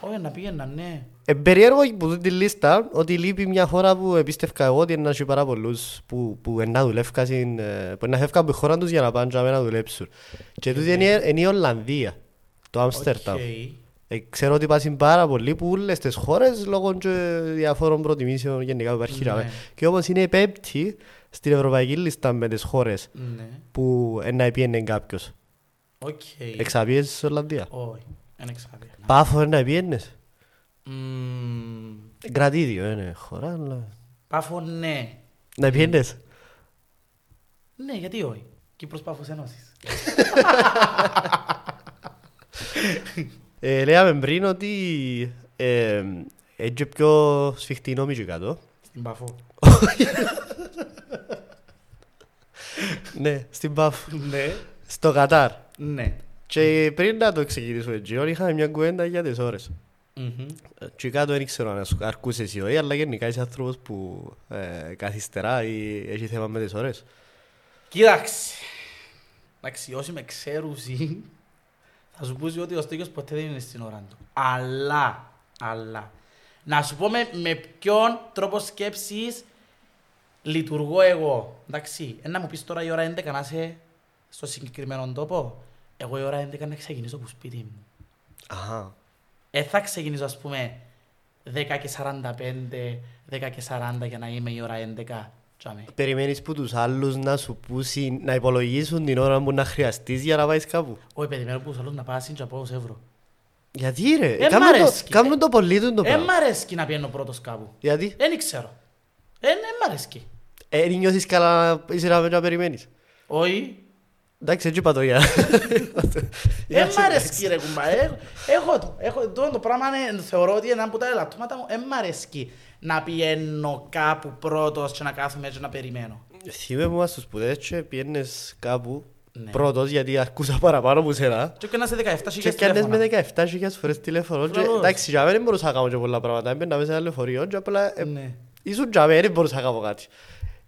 [SPEAKER 1] Όχι, να πιένα, ναι.
[SPEAKER 2] Ε, περίεργο που δουν τη λίστα ότι λείπει μια χώρα που επίστευκα εγώ ότι είναι να έχει πάρα πολλούς που, που να δουλεύκα στην, ε, που να φεύγαν από τη χώρα τους για να πάνε τζάμε να δουλέψουν. Και τούτη είναι, είναι η Ολλανδία, το Άμστερνταμ.
[SPEAKER 1] Ε, ναι. Οκ.
[SPEAKER 2] Ε, ξέρω ότι πάσουν πάρα πολλοί που όλες τις χώρες λόγω και διαφόρων προτιμήσεων γενικά που υπάρχει.
[SPEAKER 1] Ναι.
[SPEAKER 2] Ναι. Και όμως είναι η πέμπτη στην ευρωπαϊκή λίστα με τις χώρες
[SPEAKER 1] Ναι.
[SPEAKER 2] που ε, να επιένε κάποιος.
[SPEAKER 1] Οκ.
[SPEAKER 2] Εξαπίεσαι στην Ολλανδίας.
[SPEAKER 1] Όχι, δεν εξάδεια.
[SPEAKER 2] Πάφο να επιένες.
[SPEAKER 1] Μμμ.
[SPEAKER 2] Κρατήδιο είναι χώρα, αλλά...
[SPEAKER 1] Πάφο, ναι.
[SPEAKER 2] Να πιένες.
[SPEAKER 1] Ναι, γιατί όχι. Κύπρος Πάφος Ένωσης.
[SPEAKER 2] Ε, λέγαμε πριν ότι ε, έτσι πιο σφιχτή νόμη και κάτω.
[SPEAKER 1] Στην Πάφο.
[SPEAKER 2] ναι, στην Πάφο.
[SPEAKER 1] Ναι.
[SPEAKER 2] Στο Κατάρ.
[SPEAKER 1] Ναι.
[SPEAKER 2] Και πριν να το ξεκινήσουμε έτσι, είχαμε μια κουβέντα για τις ώρες.
[SPEAKER 1] Μμμ.
[SPEAKER 2] Ε, Και κάτω δεν ξέρω αν σου- αρκούσε εσύ όχι, αλλά γενικά είσαι άνθρωπος που ε, καθυστερά ή έχει θέμα με τις ώρες.
[SPEAKER 1] Κοίταξε. Να αξιώσει με ξέρουση. Θα σου πούσει ότι ο Στέγιος ποτέ δεν είναι στην ώρα του. Αλλά, αλλά. Να σου πω με, με ποιον τρόπο σκέψης λειτουργώ εγώ. Εντάξει, ε, να μου πεις τώρα η ώρα 11 να είσαι στο συγκεκριμένο τόπο. Εγώ η ώρα 11 να ξεκινήσω από σπίτι μου.
[SPEAKER 2] Αχα.
[SPEAKER 1] Ε, θα ξεκινήσω ας πούμε 10 και 45, 10 και 40 για να είμαι η ώρα 11. Τζάμε.
[SPEAKER 2] Περιμένεις που τους άλλους να σου πούσει, να υπολογίσουν την ώρα που να χρειαστείς για να πάεις κάπου.
[SPEAKER 1] Όχι παιδί, μέρα που θέλω να πάω σύντια από ευρώ.
[SPEAKER 2] Γιατί ρε,
[SPEAKER 1] Ε, μ'
[SPEAKER 2] κάνουν το-
[SPEAKER 1] αρέσκει.
[SPEAKER 2] κάνουν το πολύ του το
[SPEAKER 1] Ε,
[SPEAKER 2] πράγμα.
[SPEAKER 1] μ' αρέσκει να πιένω πρώτος κάπου.
[SPEAKER 2] Γιατί
[SPEAKER 1] Δεν ξέρω. Ε, ναι, μ' αρέσκει.
[SPEAKER 2] ε, νιώθεις καλά να είσαι να να περιμένεις.
[SPEAKER 1] Όχι.
[SPEAKER 2] Εντάξει, έτσι είπα το [laughs] για.
[SPEAKER 1] Ε, μ' αρέσκει ρε κουμπά. Ε, Έχω το. Έχω το, το πράγμα είναι- θεωρώ ότι είναι ένα από τα ελαττώματα μου. Ε, μ' αρέσκει να πιένω κάπου πρώτος και να κάθομαι και να περιμένω.
[SPEAKER 2] Θυμούμαι που ήμασταν σπουδές και πιένες κάπου
[SPEAKER 1] Ναι.
[SPEAKER 2] πρώτος γιατί αρκούσα παραπάνω από σένα.
[SPEAKER 1] Και έκανα σε 17
[SPEAKER 2] Και
[SPEAKER 1] χιλιάς
[SPEAKER 2] πιάνες
[SPEAKER 1] τηλέφωνα.
[SPEAKER 2] με 17.000 φορές τηλέφωνο και
[SPEAKER 1] Προφανώς.
[SPEAKER 2] εντάξει, για μένα δεν μπορούσα να κάνω και πολλά πράγματα. Έμπαινα μέσα σε ένα λεωφορείο και απλά ε,
[SPEAKER 1] Ναι.
[SPEAKER 2] ήσουν για μένα, δεν μπορούσα να κάνω κάτι.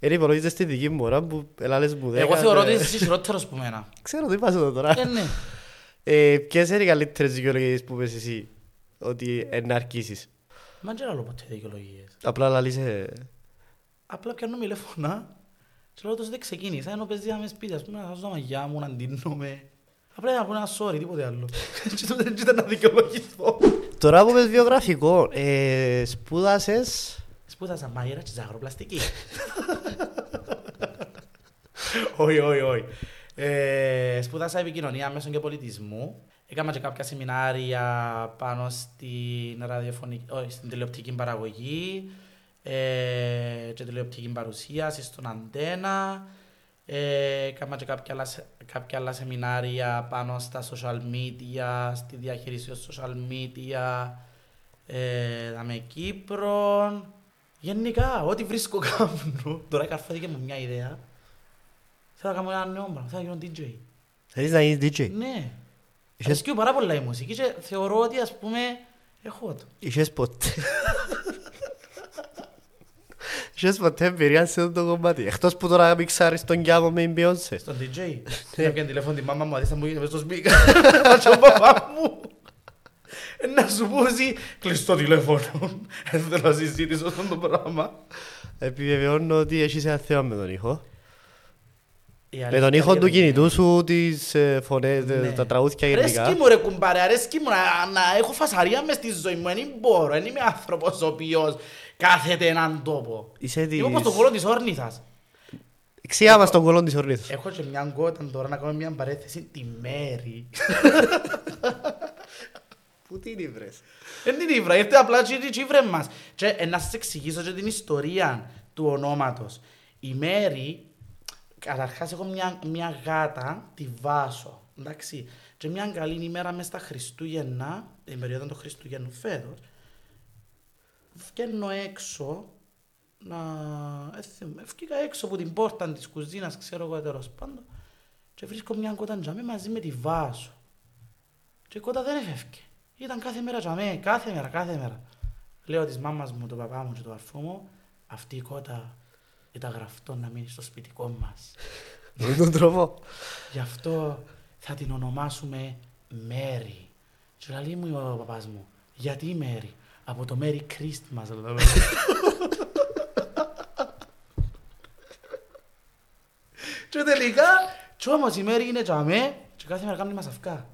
[SPEAKER 2] Είναι υπολογίζες στη δική μου ώρα που ελάλες μου δέκα.
[SPEAKER 1] Εγώ θεωρώ ότι
[SPEAKER 2] ε,
[SPEAKER 1] είσαι χειρότερος που μένα.
[SPEAKER 2] [laughs] Ξέρω, το είπα σου το τώρα.
[SPEAKER 1] Ε, ναι.
[SPEAKER 2] Ε, Ποιες είναι οι καλύτερες δικαιολογίες που πες εσύ ότι ε, να αρκίσεις.
[SPEAKER 1] Μα δεν λέω ποτέ δικαιολογίες.
[SPEAKER 2] Απλά λαλείς ε,
[SPEAKER 1] Απλά πιάνω τηλέφωνα και λέω τόσο δεν ξεκίνησα, ενώ παίζει με σπίτι, ας πούμε, να σώσω τα μαγιά μου, να ντύνομαι. Απλά να πω ένα sorry, τίποτε άλλο. [laughs] Και τότε δεν ήταν να δικαιολογηθώ.
[SPEAKER 2] Τώρα που πες βιογραφικό, ε, σπούδασες...
[SPEAKER 1] Σπούδασα μάγειρα και ζαχαροπλαστική. [laughs]
[SPEAKER 2] Όχι, όχι, όχι.
[SPEAKER 1] Ε, Σπούδασα επικοινωνία μέσων και πολιτισμού. Έκανα και κάποια σεμινάρια πάνω στην, ραδιοφωνική, όχι, στην τηλεοπτική παραγωγή ε, και τηλεοπτική παρουσίαση στον Αντένα. Ε, έκανα και κάποια άλλα, σε- κάποια άλλα σεμινάρια πάνω στα social media, στη διαχείριση των social media, ε, είδαμε Κύπρο. Γενικά, ό,τι βρίσκω κάνω. [laughs] Τώρα καρφώθηκε μου μια ιδέα. Θέλω να κάνω ένα νέο πράγμα, θέλω να γίνω DJ.
[SPEAKER 2] Θέλεις να γίνεις DJ.
[SPEAKER 1] Ναι.
[SPEAKER 2] Είχες-
[SPEAKER 1] Αρέσκει μου πάρα πολλά η μουσική και θεωρώ ότι ας πούμε έχω το.
[SPEAKER 2] Είχες ποτέ... Είχες ποτέ εμπειρία σε αυτό το κομμάτι. Εκτός που τώρα μιξάρεις τον Κιάβο με την Beyoncé.
[SPEAKER 1] Στον
[SPEAKER 2] Ναι.
[SPEAKER 1] DJ. Να πιάνει τηλέφωνο τη μάμα μου, αδείς θα μου γίνει μες στο σπίτι.
[SPEAKER 2] [laughs]
[SPEAKER 1] Στον παπά μου. Να σου πω εσύ, κλειστό τηλέφωνο. [laughs] Δεν θέλω να συζητήσω αυτό το πράγμα.
[SPEAKER 2] Επιβεβαιώνω ότι έχεις ένα θέμα με τον ήχο. Με
[SPEAKER 1] αλήθεια
[SPEAKER 2] τον ήχο του
[SPEAKER 1] είναι-
[SPEAKER 2] κινητού σου, τις ε, φωνές, ε,
[SPEAKER 1] Ναι.
[SPEAKER 2] τα τραγούδια γενικά.
[SPEAKER 1] Αρέσκει μου ρε κουμπάρε, αρέσκει μου να, να έχω φασαρία μες στη ζωή μου, δεν μπορώ, δεν είμαι άνθρωπος ο οποίος κάθεται έναν τόπο.
[SPEAKER 2] Είσαι
[SPEAKER 1] Είμαι όπως το
[SPEAKER 2] της...
[SPEAKER 1] κόλλο της όρνηθας.
[SPEAKER 2] Ξία μας τον κολόν της ορνήθου.
[SPEAKER 1] Έχω και μια κότα τώρα να κάνω μια παρέθεση τη μέρη.
[SPEAKER 2] Πού την ήβρες.
[SPEAKER 1] Δεν Ε, την ήβρα, ήρθε απλά και την τσίβρε μας. Και ε, να σας εξηγήσω και την ιστορία του ονόματος. Η Μέρη, καταρχάς έχω μια, μια γάτα, τη Βάσο, εντάξει. Και μια καλή ημέρα μέσα στα Χριστούγεννα, την περίοδο των Χριστούγεννων φέτος, βγαίνω έξω να... ε, θυμούμαι, Βγήκα έξω από την πόρτα της κουζίνας, ξέρω εγώ τέλος πάντων, και βρίσκω μια κότα τζαμί μαζί με τη Βάσο. Και η κότα δεν έφευκε. Ήταν κάθε μέρα για μέ, κάθε μέρα, κάθε μέρα. Λέω της μάμας μου, του παπά μου και του αρφού μου, αυτή η κότα ήταν γραφτό να μείνει στο σπιτικό μας.
[SPEAKER 2] Με τον τρόπο.
[SPEAKER 1] Γι' αυτό θα την ονομάσουμε Μέρι. Και λέει μου ο παπάς μου, γιατί Μέρι, από το Merry Christmas. [laughs] λέω. και τελικά, και όμως η Μέρι είναι για μέ και κάθε μέρα κάνει μας αυκά.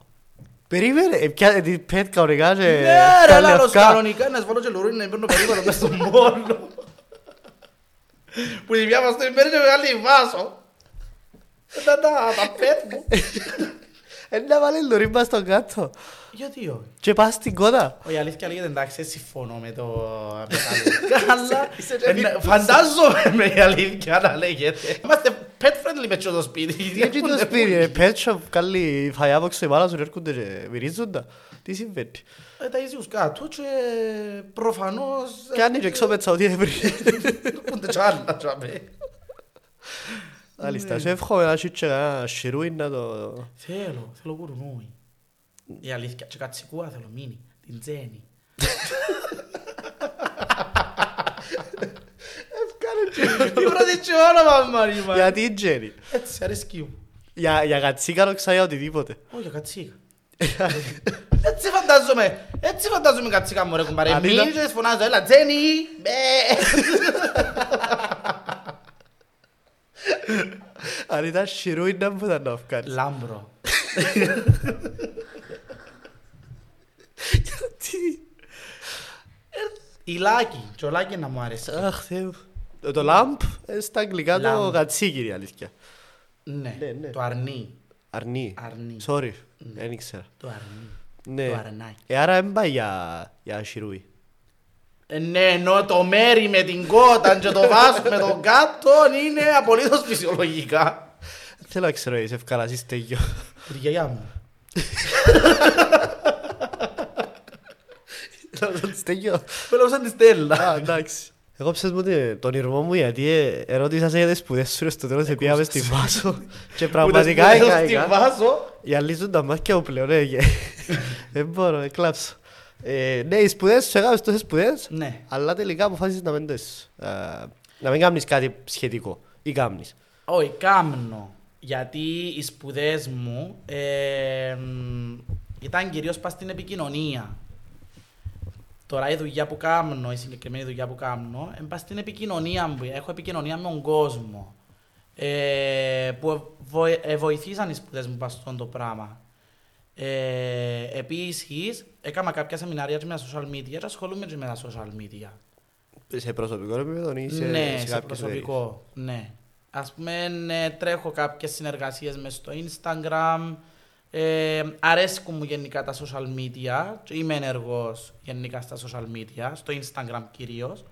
[SPEAKER 2] Περίμενε, ε, πια- ε, την πέτ κανονικά και...
[SPEAKER 1] Ναι ρε,
[SPEAKER 2] κάνει
[SPEAKER 1] λάλος
[SPEAKER 2] αυκά.
[SPEAKER 1] κανονικά να σβάλω και λουρούν να παίρνω περίπατο μες στον πόλο. Που η μια μας το ημέρι και μεγάλη βάσο. Ε, Τα τα τα πέτ μου.
[SPEAKER 2] Ε, να βάλει λουρί στον κάτω.
[SPEAKER 1] Γιατί όχι.
[SPEAKER 2] Και πας στην κότα.
[SPEAKER 1] Όχι, η αλήθεια λέγεται εντάξει, συμφωνώ με [laughs] το... με τα λόγια, Αλλά
[SPEAKER 2] είσαι
[SPEAKER 1] εν-
[SPEAKER 2] και
[SPEAKER 1] Ε, ναι, φαντάζομαι με η αλήθεια να λέγεται. Είμαστε pet friendly με τσο το σπίτι. [laughs]
[SPEAKER 2] Τι έτσι το
[SPEAKER 1] Έχουν-
[SPEAKER 2] σπίτι, ρε, πέτσο, καλή φαγιά από ξεμάνα σου έρχονται και μυρίζοντα. Τι συμβαίνει.
[SPEAKER 1] Ε, Τα ίσιους κάτω και προφανώς... ε,
[SPEAKER 2] Και αν είναι εξώ πέτσα ό,τι έβρι.
[SPEAKER 1] Ούτε τσάλα τσάμε. Ναι.
[SPEAKER 2] Αλίστα, σου εύχομαι να σου και ένα σιρούι να το...
[SPEAKER 1] Θέλω, θέλω κουρουνούι. Η αλήθεια, και κατσικούα θέλω μίνι, την τζένι. Ευκάνε και... Η πρώτη και όνομα Μαρή ε. μα.
[SPEAKER 2] Γιατί Τζέρι.
[SPEAKER 1] Έτσι, αρέσκει μου.
[SPEAKER 2] Για για κατσίκαρο ξαγιά οτιδήποτε.
[SPEAKER 1] Όχι, για κατσίκα. Έτσι φαντάζομαι, έτσι φαντάζομαι κατσίκα μου ρε κουμπάρε.
[SPEAKER 2] Αν ήταν-
[SPEAKER 1] Μίνι και φωνάζω, έλα τζένι. μπε.
[SPEAKER 2] Αν ήταν σιρούι να μου ήταν να βγάλει.
[SPEAKER 1] Λάμπρο.
[SPEAKER 2] Τι.
[SPEAKER 1] Η Λάκη, και ο Λάκη Ε, να μου αρέσει.
[SPEAKER 2] Αχ, Θεέ μου. Το- Το λάμπ, ε, στα αγγλικά το
[SPEAKER 1] Λαμπ.
[SPEAKER 2] κατσίκι είναι η αλήθεια.
[SPEAKER 1] Ναι,
[SPEAKER 2] Ναι, ναι.
[SPEAKER 1] το αρνί.
[SPEAKER 2] Αρνί.
[SPEAKER 1] Αρνί.
[SPEAKER 2] Sorry, δεν ήξερα.
[SPEAKER 1] Το αρνί.
[SPEAKER 2] Ναι.
[SPEAKER 1] Το αρνάκι.
[SPEAKER 2] Ε, άρα δεν πάει για, για σιρούι.
[SPEAKER 1] Ε, Ναι, ενώ το μέρι με την κότα και το βάσος με τον κάτω είναι απολύτως φυσιολογικά.
[SPEAKER 2] Θέλω να ξέρω, είσαι ευκαλάς, είσαι [laughs] τέγιο.
[SPEAKER 1] Που τη γιαγιά μου.
[SPEAKER 2] Θέλω να το στέγιο.
[SPEAKER 1] Πέλαψαν τη Στέλλα.
[SPEAKER 2] Α, εντάξει. Ναι. Εγώ ψες μου τε- τον ήρμο μου γιατί ε, ερώτησα σε για τις σπουδές σου ρε, στο
[SPEAKER 1] Ε,
[SPEAKER 2] τέλος επήγαμε στη
[SPEAKER 1] [laughs]
[SPEAKER 2] Βάσο και πραγματικά
[SPEAKER 1] Ούτε σπουδαίος
[SPEAKER 2] είχα
[SPEAKER 1] στη
[SPEAKER 2] είχα.
[SPEAKER 1] βάζω.
[SPEAKER 2] Οι άλλοι ζουν τα μάτια μου πλέον,
[SPEAKER 1] [laughs]
[SPEAKER 2] ε, και- δεν μπορώ, ε, κλάψω. Ε, Ναι, οι σπουδές σου έκανες τόσες σπουδές,
[SPEAKER 1] Ναι.
[SPEAKER 2] αλλά τελικά αποφάσισες να μην τες, ε, να μην κάνεις κάτι σχετικό ή κάνεις.
[SPEAKER 1] Όχι, κάμνο. Γιατί οι σπουδές μου ε, μ, ήταν κυρίως πας στην επικοινωνία. Τώρα η δουλειά που κάνω, η συγκεκριμένη δουλειά που κάνω, ε, πα στην επικοινωνία μου. Έχω επικοινωνία με τον κόσμο. Ε, που βο- ε, βοηθήσαν οι σπουδές μου πας στον το πράγμα. Ε, Επίσης, έκανα κάποια σεμινάρια και με τα social media και ασχολούμαι και με τα social media.
[SPEAKER 2] Σε προσωπικό επίπεδο ή σε,
[SPEAKER 1] ναι, σε,
[SPEAKER 2] κάποιες εταιρείες.
[SPEAKER 1] προσωπικό. Ναι. Ας πούμε, ναι, τρέχω κάποιες συνεργασίες μες στο Instagram. Ε, αρέσκουν μου γενικά τα social media. και Είμαι ενεργός γενικά στα social media, στο Instagram κυρίως.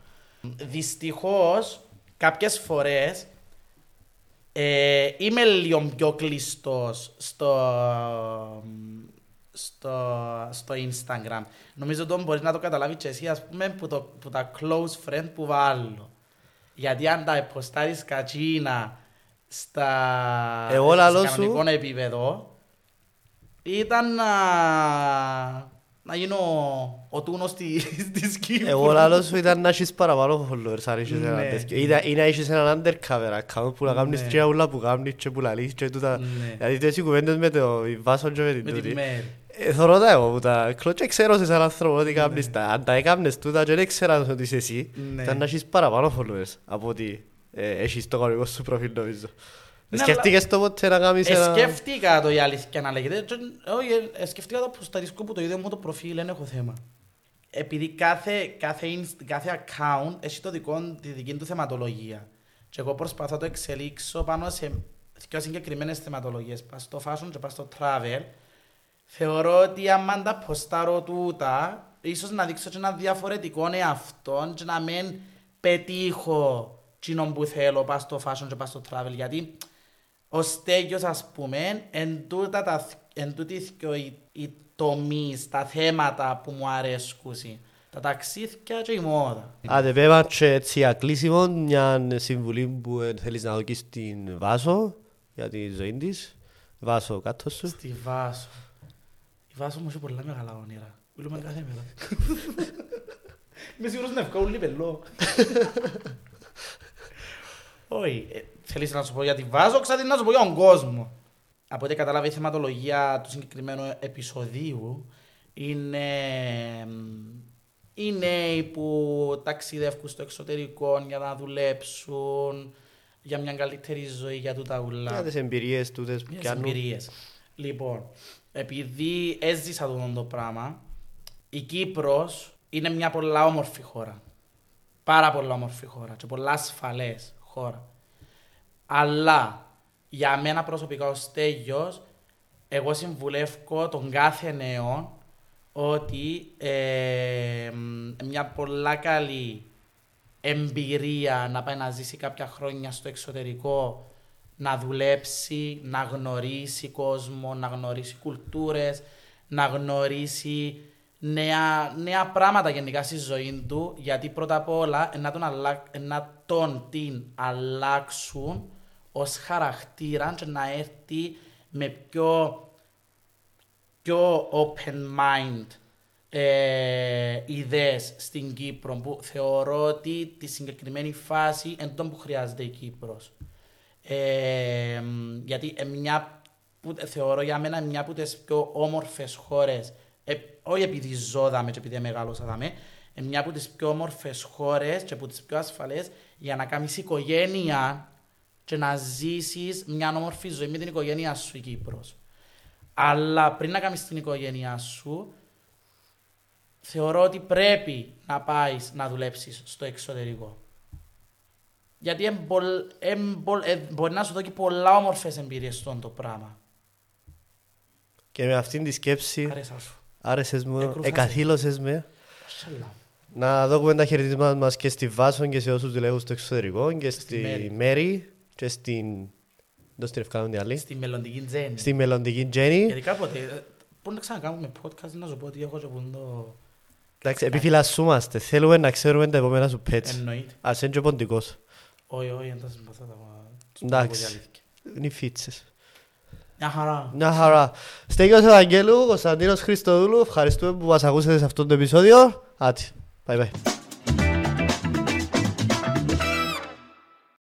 [SPEAKER 1] Δυστυχώς, κάποιες φορές ε, είμαι λίγο πιο κλειστός στο, στο, στο Instagram. Νομίζω ότι μπορείς να το καταλάβεις και εσύ, ας πούμε, που, το, που τα close friend που βάλω. Γιατί αν τα υποστάρεις κατσίνα στα
[SPEAKER 2] Εγώ
[SPEAKER 1] σε
[SPEAKER 2] λαλώ Ε, σου.
[SPEAKER 1] κανονικό επίπεδο, ήταν να, να γίνω ο τούνος στη- [laughs] της Κύπρου.
[SPEAKER 2] Εγώ λαλό Ε, σου ήταν να έχεις παραπάνω followers αν έχεις έναν
[SPEAKER 1] Ναι.
[SPEAKER 2] τέτοιο. Ή να- Ή να έχεις έναν undercover account που να κάνεις
[SPEAKER 1] Ναι.
[SPEAKER 2] και όλα που κάνεις και που λαλείς και τούτα.
[SPEAKER 1] Ναι.
[SPEAKER 2] Δηλαδή τέτοιες κουβέντες με το Βάσο και με την
[SPEAKER 1] Με τη
[SPEAKER 2] τούτη.
[SPEAKER 1] μέρη.
[SPEAKER 2] Ε, Θωρώ τα εγώ που τα κλωτσέ ξέρω σε σαν άνθρωπο ότι κάνεις τα. Αν τα έκαμνες τούτα και δεν ξέραν ότι είσαι εσύ,
[SPEAKER 1] Ναι.
[SPEAKER 2] ήταν να έχεις παραπάνω followers από ότι ε, έχεις το κανονικό σου προφίλ νομίζω.
[SPEAKER 1] Ναι,
[SPEAKER 2] Σκεφτήκες το ποτέ να κάνεις
[SPEAKER 1] Ε,
[SPEAKER 2] ένα...
[SPEAKER 1] Σκέφτηκα το η αλήθεια να λέγεται. Και, Όχι, ε, ε, σκέφτηκα το αποσταρισκό που το ίδιο μου το προφίλ, δεν έχω θέμα. Επειδή κάθε, κάθε, inst- κάθε account έχει το δικό, τη δική του θεματολογία. Και εγώ προσπαθώ να το εξελίξω πάνω σε πιο συγκεκριμένες θεματολογίες. Πας στο fashion και πας στο travel. Θεωρώ ότι άμα τα ποστάρω τούτα, ίσως να δείξω και ένα διαφορετικό εαυτό και να μην πετύχω τσινόν που θέλω πας στο fashion και πας στο travel. Γιατί ο Στέγιος ας πούμε, εν τούτα τα, θ- εν τούτη θκυο οι, οι τομείς, τα θέματα που μου αρέσκουσι. Τα ταξίδια και η μόδα.
[SPEAKER 2] Άντε πέμα και έτσι για κλείσιμο μια συμβουλή που ε, θέλεις να δοκίσεις στην Βάσο για τη ζωή της. Βάσο κάτω σου.
[SPEAKER 1] Στη Βάσο. Η Βάσο μου έχει πολλά μεγάλα όνειρα. Μιλούμε κάθε μέρα. Είμαι σίγουρος να βγάλω λιπελό. Όχι. ε, Θέλεις να σου πω για τη Βάσο, ξέρετε να σου πω για τον κόσμο. Από ό,τι κατάλαβα η θεματολογία του συγκεκριμένου επεισοδίου είναι μ, οι νέοι που ταξιδεύουν στο εξωτερικό για να δουλέψουν, για μια καλύτερη ζωή, για τούτα ουλά.
[SPEAKER 2] Για τις εμπειρίες τούτες που
[SPEAKER 1] Ποιες
[SPEAKER 2] πιάνουν.
[SPEAKER 1] εμπειρίες. Λοιπόν, επειδή έζησα αυτό το πράγμα, η Κύπρος είναι μια πολλά όμορφη χώρα. Πάρα πολλά όμορφη χώρα και πολλά ασφαλές χώρα. Αλλά για μένα προσωπικά ο Στέγιος, εγώ συμβουλεύω τον κάθε νέο ότι ε, μ, μια πολλά καλή εμπειρία να πάει να ζήσει κάποια χρόνια στο εξωτερικό, να δουλέψει, να γνωρίσει κόσμο, να γνωρίσει κουλτούρες, να γνωρίσει νέα, νέα πράγματα γενικά στη ζωή του, γιατί πρώτα απ' όλα να τον, αλλα... να τον την αλλάξουν ως χαρακτήρα και να έρθει με πιο πιο open mind ε, ιδέες στην Κύπρο που θεωρώ ότι τη συγκεκριμένη φάση εν τόν που χρειάζεται η Κύπρος. Ε, μ, γιατί ε, μια, που, θεωρώ για μένα μια από τις πιο όμορφες χώρες, ε, όχι επειδή ζω δάμε και επειδή μεγάλωσα δάμε, ε, μια από τις πιο όμορφες χώρες και από τις πιο ασφαλές για να κάνεις οικογένεια και να ζήσεις μια όμορφη ζωή με την οικογένειά σου η Κύπρος. Αλλά πριν να κάνεις την οικογένειά σου, θεωρώ ότι πρέπει να πάεις να δουλέψεις στο εξωτερικό. Γιατί εμπολ- εμπολ- ε, μπορεί να σου δώσει πολλά όμορφες εμπειρίες στον το πράγμα.
[SPEAKER 2] Και με αυτήν τη σκέψη
[SPEAKER 1] Αρέσα σου.
[SPEAKER 2] άρεσες μου,
[SPEAKER 1] Εκρούφασες.
[SPEAKER 2] εκαθήλωσες με.
[SPEAKER 1] Σαλά.
[SPEAKER 2] Να δώσουμε τα χαιρετίσματα μας και στη Βάσο και σε όσους δουλεύουν στο εξωτερικό και στη
[SPEAKER 1] Μέρη.
[SPEAKER 2] Μέρη και στην... Δώσ' την ευκάλα την άλλη.
[SPEAKER 1] Στη μελλοντική τζέννη.
[SPEAKER 2] Στη μελλοντική Τζένι.
[SPEAKER 1] Γιατί κάποτε, ε, μπορεί να ξανακάνουμε podcast να σου πω ότι έχω και πούντο
[SPEAKER 2] Εντάξει, επιφυλασσούμαστε. Θέλουμε να ξέρουμε τα επόμενα σου πέτς.
[SPEAKER 1] Εννοείται.
[SPEAKER 2] Ας είναι και ποντικός.
[SPEAKER 1] Όχι, όχι, δεν τα συμπαθώ τα μα-
[SPEAKER 2] Εντάξει.
[SPEAKER 1] τα αλήθεια.
[SPEAKER 2] Είναι οι φίτσες.
[SPEAKER 1] Μια χαρά.
[SPEAKER 2] Μια χαρά. Στέγιος Ευαγγέλου, Κωνσταντίνος Χριστοδούλου. Ευχαριστούμε που μας ακούσατε σε αυτό το επεισόδιο. Άτσι. Bye bye.